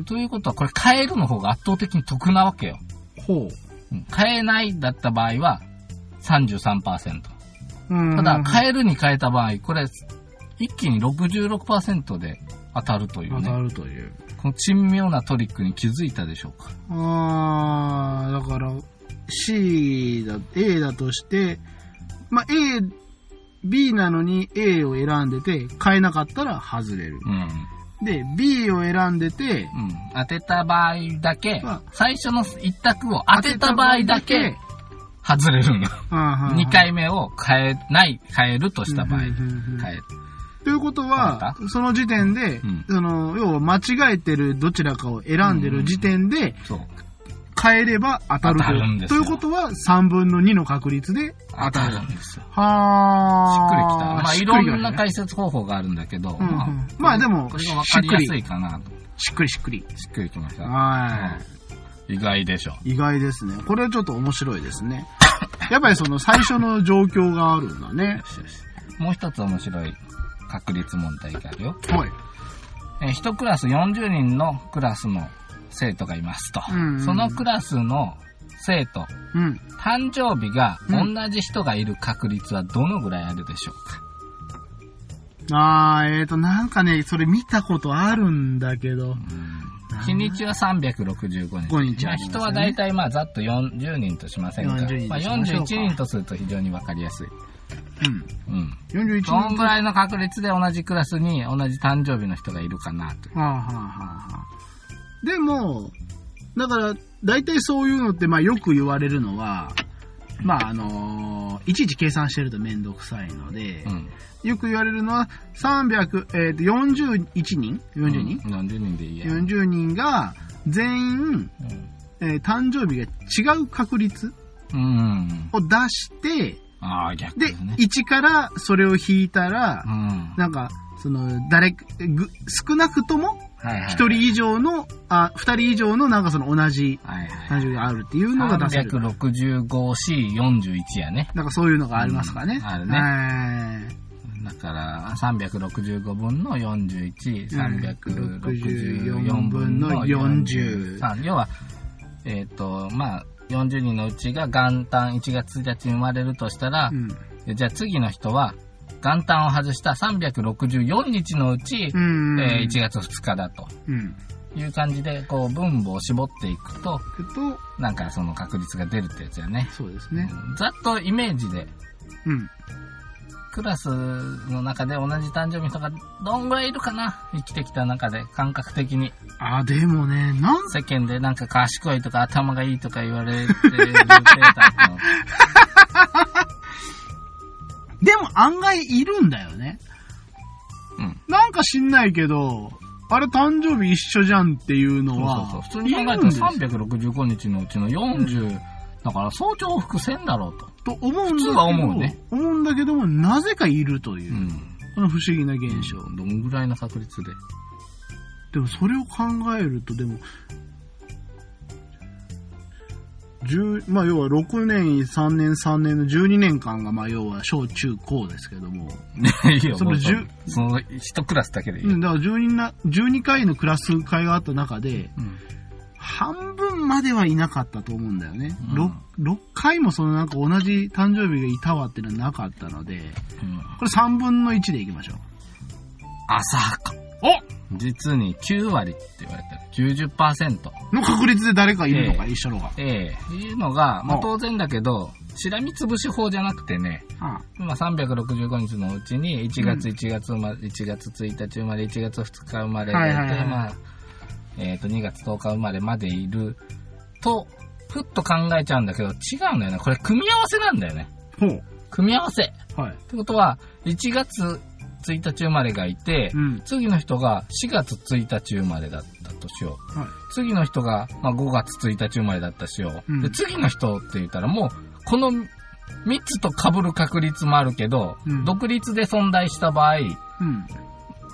ん。
ということはこれ変えるの方が圧倒的に得なわけよ。
ほう。
うん変えないだった場合は33%。
うん。
ただ変えるに変えた場合、これ一気に66%で当たるという
当た
ね。
るという。
この珍妙なトリックに気づいたでしょうか。
あー、だから、C だ、A だとして、まあ、A、B なのに A を選んでて、変えなかったら外れる。
うん。
で、B を選んでて、
うん。当てた場合だけ
まあ、
最初の一択を当てた場合だけ、外れるの。
2
2回目を変えない、変えるとした場合。
うんうんうんうん
変える。
ということ
わか
は
っ、
その時点で、
うん
その、要は間違えてるどちらかを選んでる時点で、
そう。
変えれば当たる
当
と
たるんです
とい
よ
うことは、3分の2の確率で
当
当
た
た
る
る。
んですよ。しっくりきた。ま
は
あ、
し
い
っく
ろ
りきた
んな解説方法があるんだけど、
うんうんまあでも
これが分かりやすいかなと。
しっくりしっくり。
しっくりきました。
は
意外でしょ。
い。意外ですね。これはちょっと面白いですね。 やっぱりその最初の状況があるんだね
よ。しよし。もう一つ面白い確率問題があるよ。
はい。
えー一クラス40人のクラスの生徒がいますと。
うんうん
そのクラスの生徒、
うん。
誕生日が
う
同
ん
じ人がいる確率はどのぐらいあるでしょうか、
あー、えーと、なんかね、それ見たことあるんだけど。
日にちは365日。
5日
まあ人は大体まあざっと40人としませんが、
40人
まあ、
としまし
41
ょうか
人とすると非常にわかりやすい。
うん。
うん。
41人。
どんぐらいの確率で同じクラスに同じ誕生日の人がいるかなという。
はあはあはあはあ、でも、だから、大体そういうのって、まあよく言われるのは、まああのーいちいち計算してるとめんどくさいので、
うん。
よく言われるのは、300、えっ、と、41人 ?40 人、
うん ?40 人でいいや。
?40 人が、全員、えー誕生日が違う確率
うん。うん。
を出して、
ああ、逆で
で、
すね。
1からそれを引いたら
う、ん。
なんか、その、誰か、ぐ少なくとも
はいはい。
一人以上の、あ、二人以上のなんかその同じ
はいはい。
誕生日があるっていうのが出せる。
365C41 やね。
なんかそういうのがありますからね。
うんあるね
はい
だから、365分の41、364
364
分
分
の
の
40。
40
さあ要は、えっ、と、まあ、40人のうちが元旦1月1日に生まれるとしたら
う、ん。
じゃあ次の人は、元旦を外した364日のうち、
うん。
えー1月2日だと
うん。
いう感じで、こう、分母を絞っていくと、
えっと、
なんかその確率が出るってやつやね。
そうですね。
ざっとイメージで、
うん。
クラスの中で同じ誕生日の人がどんぐらいいるかな生きてきた中で感覚的に。
あ、でもね、なん、
世間でなんか賢いとか頭がいいとか言われてるデータの。
でも案外いるんだよね。
うん。
なんか知んないけど、あれ誕生日一緒じゃんっていうの
そうそ
は、
うそう。普通に考えた
いるんですよ
ら365日のうちの40、だから早朝往復せんだろうと。
と思うんだけ
普通
ど、
は思うね
思うんだけども、なぜかいるというう、
ん。
この不思議な現
現
象
象。。どんぐらいの確率で。
でもそれを考えるとでも10まあ要は6年3年3年の12年間がまあ要は小中高ですけども、
いいよ、
その
もう
10
その一クラスだけでいいよ。
うん、だから12な12回のクラス会があった中で
うん
半分まではいなかったと思うんだよね、
うん
6, 回もそのなんか同じ誕生日がいたわっていうのはなかったので
うん
これ3分の1でいきましょう
浅はか。お実に9割って言われてる。90%。
の確率で誰かいるのか、
ええ
一緒のが、
ええいうのが、まあ
お
当然だけど、しらみつぶし法じゃなくてね、
あ
まあ365日のうちに1月1月生まれ、1月1日生まれ、1月2日生まれで、
はいはいはい
まあ、えっ、と2月10日生まれまでいると、ふっと考えちゃうんだけど、違うんだよね。これ組み合わせなんだよね。
ほう
組み合わせ。っ
はい
てことは、1月1日生まれがいて、
うん
次の人が4月1日生まれだったとしよう。
はい
次の人が、まあ、5月1日生まれだったしよう、
うん
で次の人って言ったらもうこの3つと被る確率もあるけど、
うん
独立で存在した場合
うん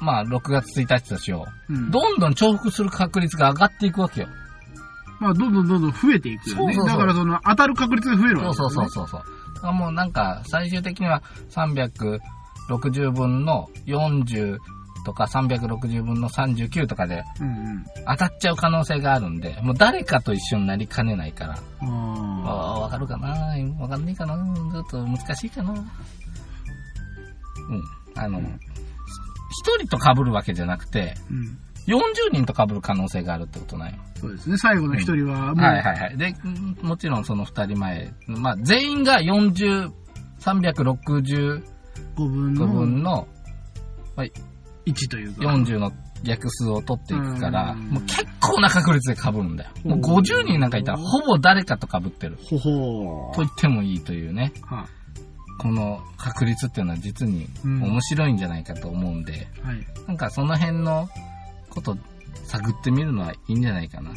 まあ6月1日としよ
うん
うどんどん重複する確率が上がっていくわけよ、
まあ、どんどんどんどん増えていくよね。
そうそうそう
だから、その、当たる確率が増えるわけ
そ
で
う
す
そ
よ
う
ね。
そうそうそうだからもうなんか最終的には360分の40とか360分の39とかで
う。うんうん。
当たっちゃう可能性があるんでもう誰かと一緒になりかねないから
あ
ああ、わかるかなわかんねえかなちょっと難しいかなうん。あの、一人と被るわけじゃなくて、
ーうん。
40人と被る可能性があるってことなんよ。
そうですね。最後の一人は、もう、
はいはいはい。で、うんもちろんその二人前、まあ全員が40、365
5分の
分の
1というか。
40の逆数を取っていくから、
うん
もう結構な確率で被るんだよ。もう50人なんかいたら、ほぼ誰かと被ってる。
ほほ
と言ってもいいというね。
ー。は
この確率っていうのは実に
うん
面白いんじゃないかと思うんで、
はい。
なんかその辺のこと探ってみるのはいいんじゃないかな。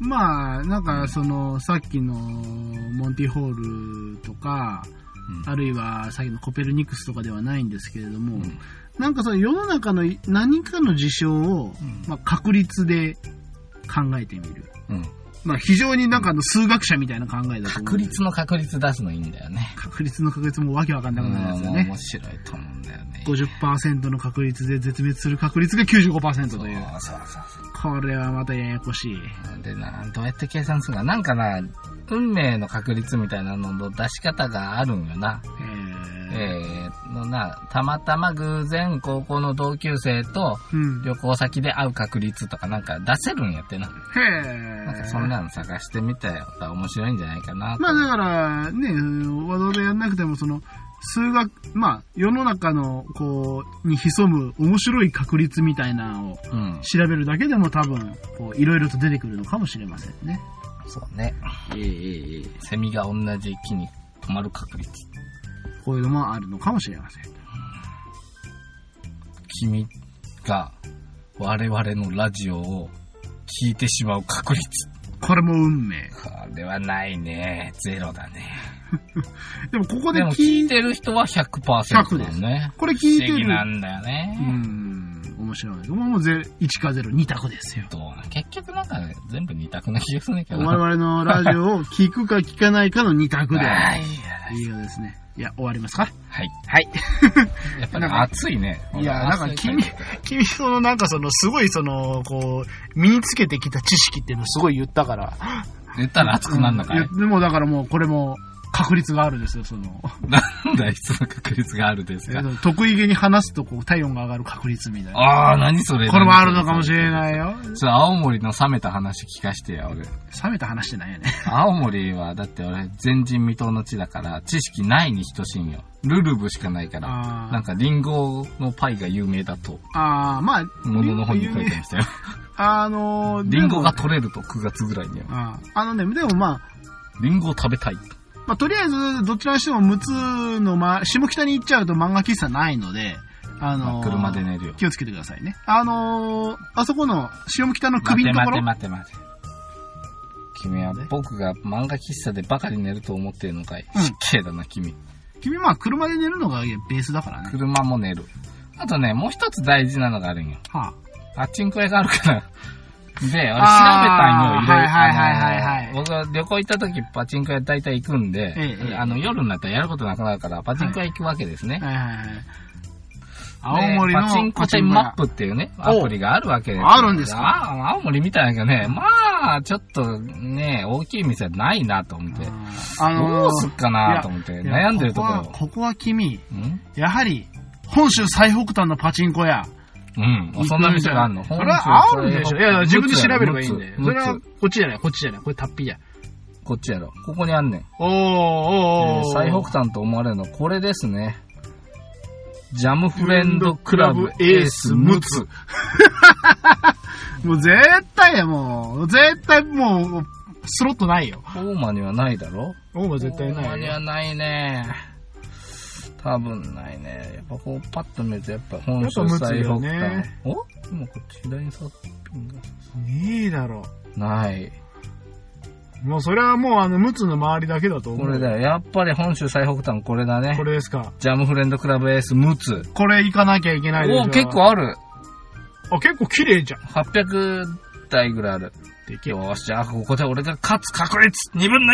まあ、なんか、その、さっきの、モンティホールとか、あるいは、さっきのコペルニクスとかではないんですけれども、
うん。
なんかその世の中の何かの事象を、
ん
まあ、確率で考えてみる。
うん。うん
まあ、非常になんかあの数学者みたいな考えだと思う
確率の確率出すのいいんだよね。
確率の確率もわけわかん
う
なく
ん
なるんですよ
面
ね。
白いと思うんだよね。
50%の確率で絶滅する確率が95%
そう
という。
そうそうそ
これはまたややこしい。
う。でな、どうやって計算するか。なんかな、運命の確率みたいなのの出し方があるんよな。
えー
えー、のな、たまたま偶然高校の同級生と
うん。へ
旅行先で会う確率とかなんか出せるんやってな。
え。
なんかそんなの探してみたら面白いんじゃないかなと。
まあだから、ね、和道でやんなくても、その、数学、まあ、世の中の、こう、に潜む面白い確率みたいなのを
うん。
調べるだけでも多分、こう、いろいろと出てくるのかもしれませんね。
そうね。ええええセミが同じ木に止まる確率。
こういうのもあるのかもしれません。
君が我々のラジオを聞いてしまう確率。
これも運命。
これはないね。ゼロだね。
でもここで
でも
聞
聞
い
い
て、
てる人は100%だよね。
これ聞いて
不思議
る。
なんだよね
う。ん、面白い。もうもうゼ1か0、2択で すよ。
どうな結局なんかね、全部二択な気がするんだけど
我
な。
々のラジオを聞くか聞かないかの2択で。
はい
いいようですね。いや、終わりますか
はい。
はい。
やっぱり
なんか
暑いね。
いや、なんか
暑い
君、君そのなんかそのすごいその、こう、身につけてきた知識っていうのすごい言ったから。
言ったら暑くなるのかい、
いやでもだからもうこれも確率があるですよ、その。
なんだいつの確率があるですか
得意げに話すとこう体温が上がる確率みたいな。
ああ、何それ。
これもあるのかもしれないいよ。
それ青森の冷めた話聞かしてよ、俺。
冷めた話じゃないよね。
青森は、だって俺、前人未到の地だから、知識ないに等しいんよ。ルルブしかないから。
あー
なんか、リンゴのパイが有名だと、
あー、まあ、
ものの本に書いてましたよ。
あのー、
リンゴが
でも
取れると9月ぐらいには。
あーあのね、でもまあ、
リンゴを食べたい。
まあ、とりあえず、どちらにしても、むつの、ま、下北に行っちゃうと漫画喫茶ないので、
ま
あの
あ
ー
車で寝るよ。
気をつけてくださいね。あのー、あそこの、下北の
待
首
て
のとこ
待
ろ
て待て待て。君は僕が漫画喫茶でバカに寝ると思ってるのかい、
うん
失敬だな、君。
君、まあ、車で寝るのがベースだからね。
車も寝る。あとね、もう一つ大事なのがあるんよ。
はあ、
パチンコ屋があるから。 で、俺調べたんよ、
あー
いろいろ。
はいはいはいはい
あのー僕、旅行行った時、パチンコ屋大体行くんで、
ええええ
あの、夜になったらやることなくなるから、パチンコ屋行くわけですね。
はいはいはい。
で
青森の
パチンコ店マップっていうね、アプリがあるわけ
おあるんですか
あ青森みたいなけどね、まあ、ちょっとね、大きい店はないなと思って。
あ
ど
の
うすっかなと思って、
いや
悩んでるとこ
こ
ろ
は。ここは君、
うん
やはり、本州最北端のパチンコ屋。
うん。そんな店があるの
それはあるでしょ。いやいや、自分で調べればいいんだよ。
むつ
それは、こっちじゃない、こっちじゃない。これタッピーや。
こっちやろ。ここにあんねん。
おー、
え
おー、
ー
おー。
最北端と思われるのはこれですね。ジャムフレンドクラブエースムツ。
もう絶対や、もう。絶対もう、スロットないよ。
大間にはないだろ
オーバー
大間にはないね。多分ないね。やっぱこうパッと見るとやっぱ本州最北端。
やっぱムツよね
お今こっち左にさピン
ねえだろ。
が。ない。
もうそれはもうあの、ムツの周りだけだと思
こ
う。
れだよ。やっぱり本州最北端これだね
こ。れですか。
ジャムフレンドクラブエースムツ。
これ行かなきゃいけないでしょ。
お結。構ある。
あ、結構綺麗じゃん。
800台ぐらいある。
で
よーし、じゃあここで俺が勝つ確率 !2 分の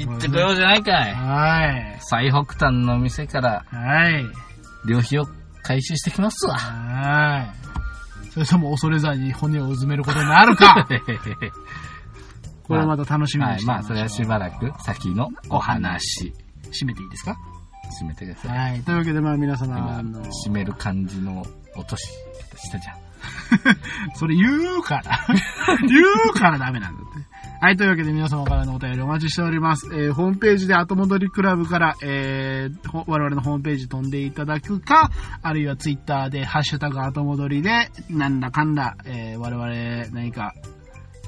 1! いってこようじゃないかい。
は
最北端の店から
い。はい。
旅費を回収してきますわ。
はい。それとも恐れざに骨をうずめることにな るかこれまた楽しみ
は
に
い、
して
ま
ま
あ
しょ
そうれはしばらく先のお話。
締めていいですか
締めてください。
はい。というわけで、まあ皆様、
今
あの、、
締める感じの落とし方したじゃん。
それ言うから。言うからダメなんだって。はい、というわけで皆様からのお便りお待ちしております。えーホームページで後戻りクラブから、えーほ我々のホームページ飛んでいただくか、あるいはツイッターで、ハッシュタグ後戻りで、なんだかんだ、えー我々何か、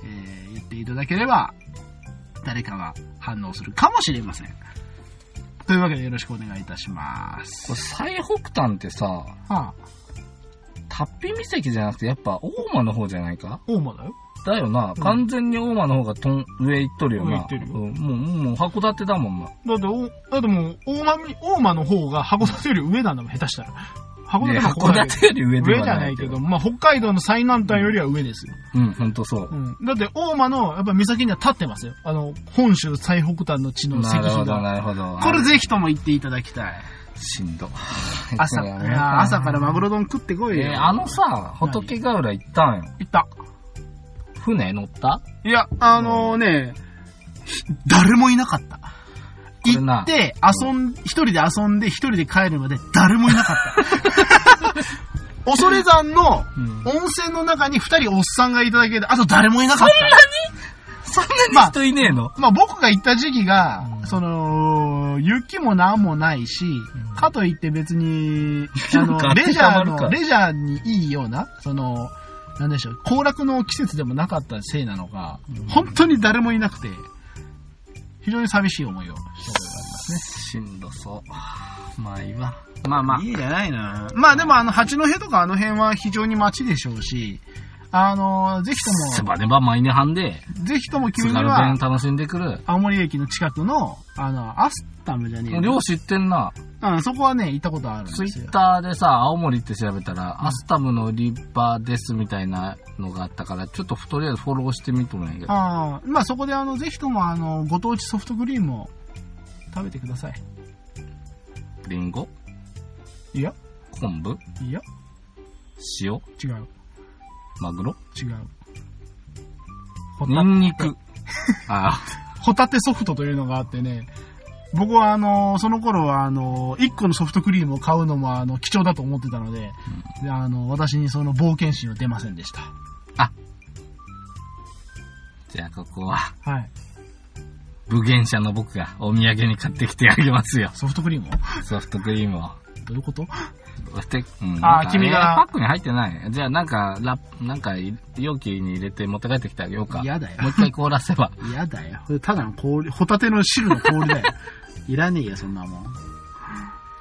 えー言っていただければ、誰かが反応するかもしれません。というわけでよろしくお願いいたします。
これ、最北端ってさ、
はあ、
タッピ岬じゃなくて、やっぱ、大間の方じゃないか
大間だよ。
だよな。完全に大間の方がとん上行っとるよな。
上行ってるよ
うんもう、もう、函館だもんな。
だって、おだってもう、大間み、大間の方が函館より上なんだもん、下手したら。函
ね
館の方
函
が
館より上で
上
は
じゃないけど、。まあ、北海道の最南端よりは上ですよ。
うん、ほんとそう。
うん。だって、大間の、やっぱ岬には立ってますよ。あの、本州最北端の地の石
なる
碑
ほど、
が。
なるほど。
これぜひとも行っていただきたい。
しんど。
朝、
こ
い
れやめようか
や
な
朝からマグロ丼食ってこいよ。
えーあのさ、仏ヶ浦行ったんよ。
行った。
船乗った
いや、あのね、誰もいなかった。
これな
行って、遊ん、一人で遊んで、一人で帰るまで誰もいなか った。恐山の
うん
温泉の中に二人おっさんがいただけで、あと誰もいなかった。
そん
ま
な
あ
に人いねえの、
まあ僕が行った時期が、
うん
その、雪もなんもないし、
ん
かといって別に、あ
なん
の
か、
レジャー
温まるか
の、レジャーにいいような、その、なんでしょう、行楽の季節でもなかったせいなのか、本当に誰もいなくて、非常に寂しい思いをしたことがありますね。
しんどそう。まあいいわ。まあまあ。
いいじゃないなまあでもあの、八戸とかあの辺は非常に街でしょうし、あの、ぜひと
す
も、
ばねばマイネハンで、
ぜひとも
津
君に
軽
は
弁、楽しんでくる。
青森駅の近くの、あの、アスタムじゃねえな
よう知ってんな。
うん、そこはね、行ったことあるん
ツ
で
イ
すよ
ッ。ターでさ、青森って調べたら、アスタムの売り場ですみたいなのがあったから、ちょっととりあえずフォローしてみとるんやけど。
ああ、まあそこであの、ぜひともあの、ご当地ソフトクリームを食べてください。
リンゴ
いや、
昆布
いや、
塩
違う、
マグロ
違う。ホ
ニ
タ
ンニク。 あ
ホタテソフトというのがあってね、僕はあの、その頃はあの、1個のソフトクリームを買うのもあの、貴重だと思ってたので、であの、私にその冒険心は出ませんでした。
じゃあここは、
はい。
無限者の僕がお土産に買ってきてあげますよ。
ソフトクリームを
ソフトクリームを。
どういうこと
して、うん、な
あー
んか
君が
エアパックに入ってない。じゃあなんか、ラップ、なんか、容器に入れて持って帰ってきてあげようか。
嫌だよ
もう一回凍らせ ば。
嫌だよ。ただの氷、ホタテの汁の氷 だよ。いらねえよ、そんなもん。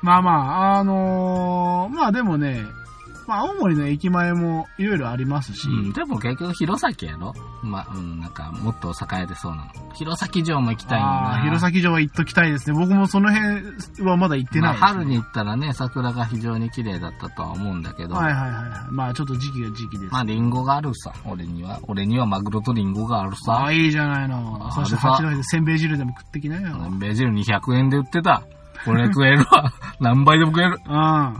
まあまあ、あのーまあでもね、まあ青森の駅前もいろいろありますし、
うん、でも結局、弘前やろま、うん、なんか、もっと栄えてそうなの。弘前城も行きたいん
あ
だな。
あ弘前城は行っときたいですね。僕もその辺はまだ行ってないです、
まあ春に行ったらね、桜が非常に綺麗だったとは思うんだけど、
はいはいはいはい。まあちょっと時期が時期です。
まあ、リンゴがあるさ。俺には、俺にはマグロとリンゴがある
あ
さ。
あ、いいじゃないの。
あ
そして
あれさ
八戸でせんべい汁でも食ってきなよ。うん。
ベジル200円で売ってた。これ食える わ。何倍でも食える。
カ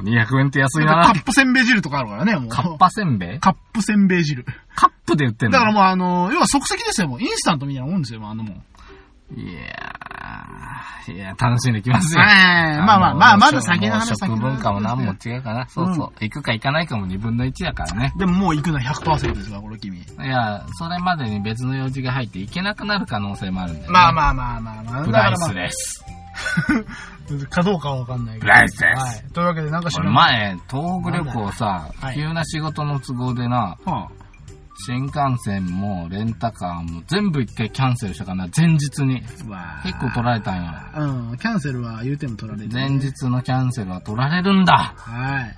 200円って安いな。
ップせんべい汁とかあるからね、もう。
カッパせんべい
カップせんべい汁。
カップで売ってんの
だからもうあの、要は即席ですよ、もう。インスタントみたいなもんですよ、もうあのもん。
いやー、いやー、楽しんできますよ。
はいまあまあ
の
まあまだ先の話
もう食文化も何も違うかな。そうそう。行くか行かないかも2分の1だからね。
でももう行くのは100%ですわ、これ君。
いやー、それまでに別の用事が入って行けなくなる可能性もあるんだよ、ね。
まあまあまあまあまあ。
プライ
だ
ス
から
です。
まあかどうかはわかんないけど。
プライスです
はい。というわけで、なんかし
俺
い。
前、東北旅行さ
だ、はい
急な仕事の都合でな、
は
新幹線もレンタカーも全部一回キャンセルしたかな、前日に。
あわあ
結構取られたんや。
うん、キャンセルは言うても取られてる。
前日のキャンセルは取られるんだ。
はい。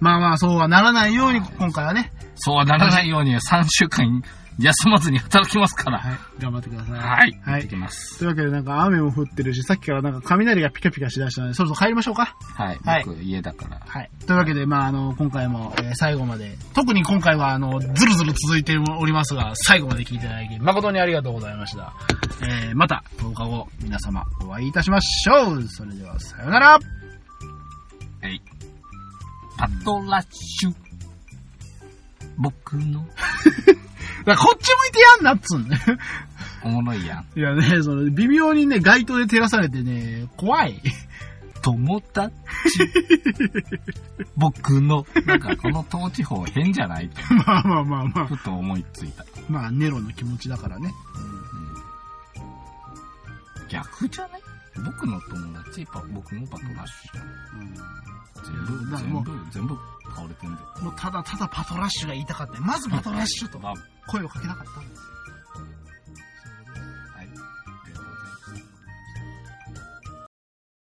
まあまあ、そうはならないように、今回はね。
そうはならないように3週間休まずに働きますから。
はい。頑張ってください。
はい。
は
行って
い。
きます。
というわけで、なんか雨も降ってるし、さっきからなんか雷がピカピカしだしたので、そろそろ帰りましょうか。
はい。
はい
僕、家だから。
はい。というわけで、まあ、あの、今回も、えー最後まで、特に今回は、あの、ずるずる続いておりますが、最後まで聞いていただき、誠にありがとうございました。えー、また、10日後、皆様、お会いいたしましょうそれでは、さようなら
はい。パトラッシュ。僕の。
だからこっち向いてやんなっつうんね。
おもろいやん。
いやね、その、微妙にね、街灯で照らされてね、怖い。
友 達。僕の、なんかこの東地方変じゃないと、
まあまあまあまあ。
ふと思いついた。
まあ、ネロの気持ちだからね。
逆じゃね僕の友達、ば僕もバトラッシュじゃん。全
だ
部、
からも
全
う
部、全部倒れてんだよ。
もうただただパトラッシュが言いたかった。まずパトラッシュと
まあ
声をかけなかったんです。
哎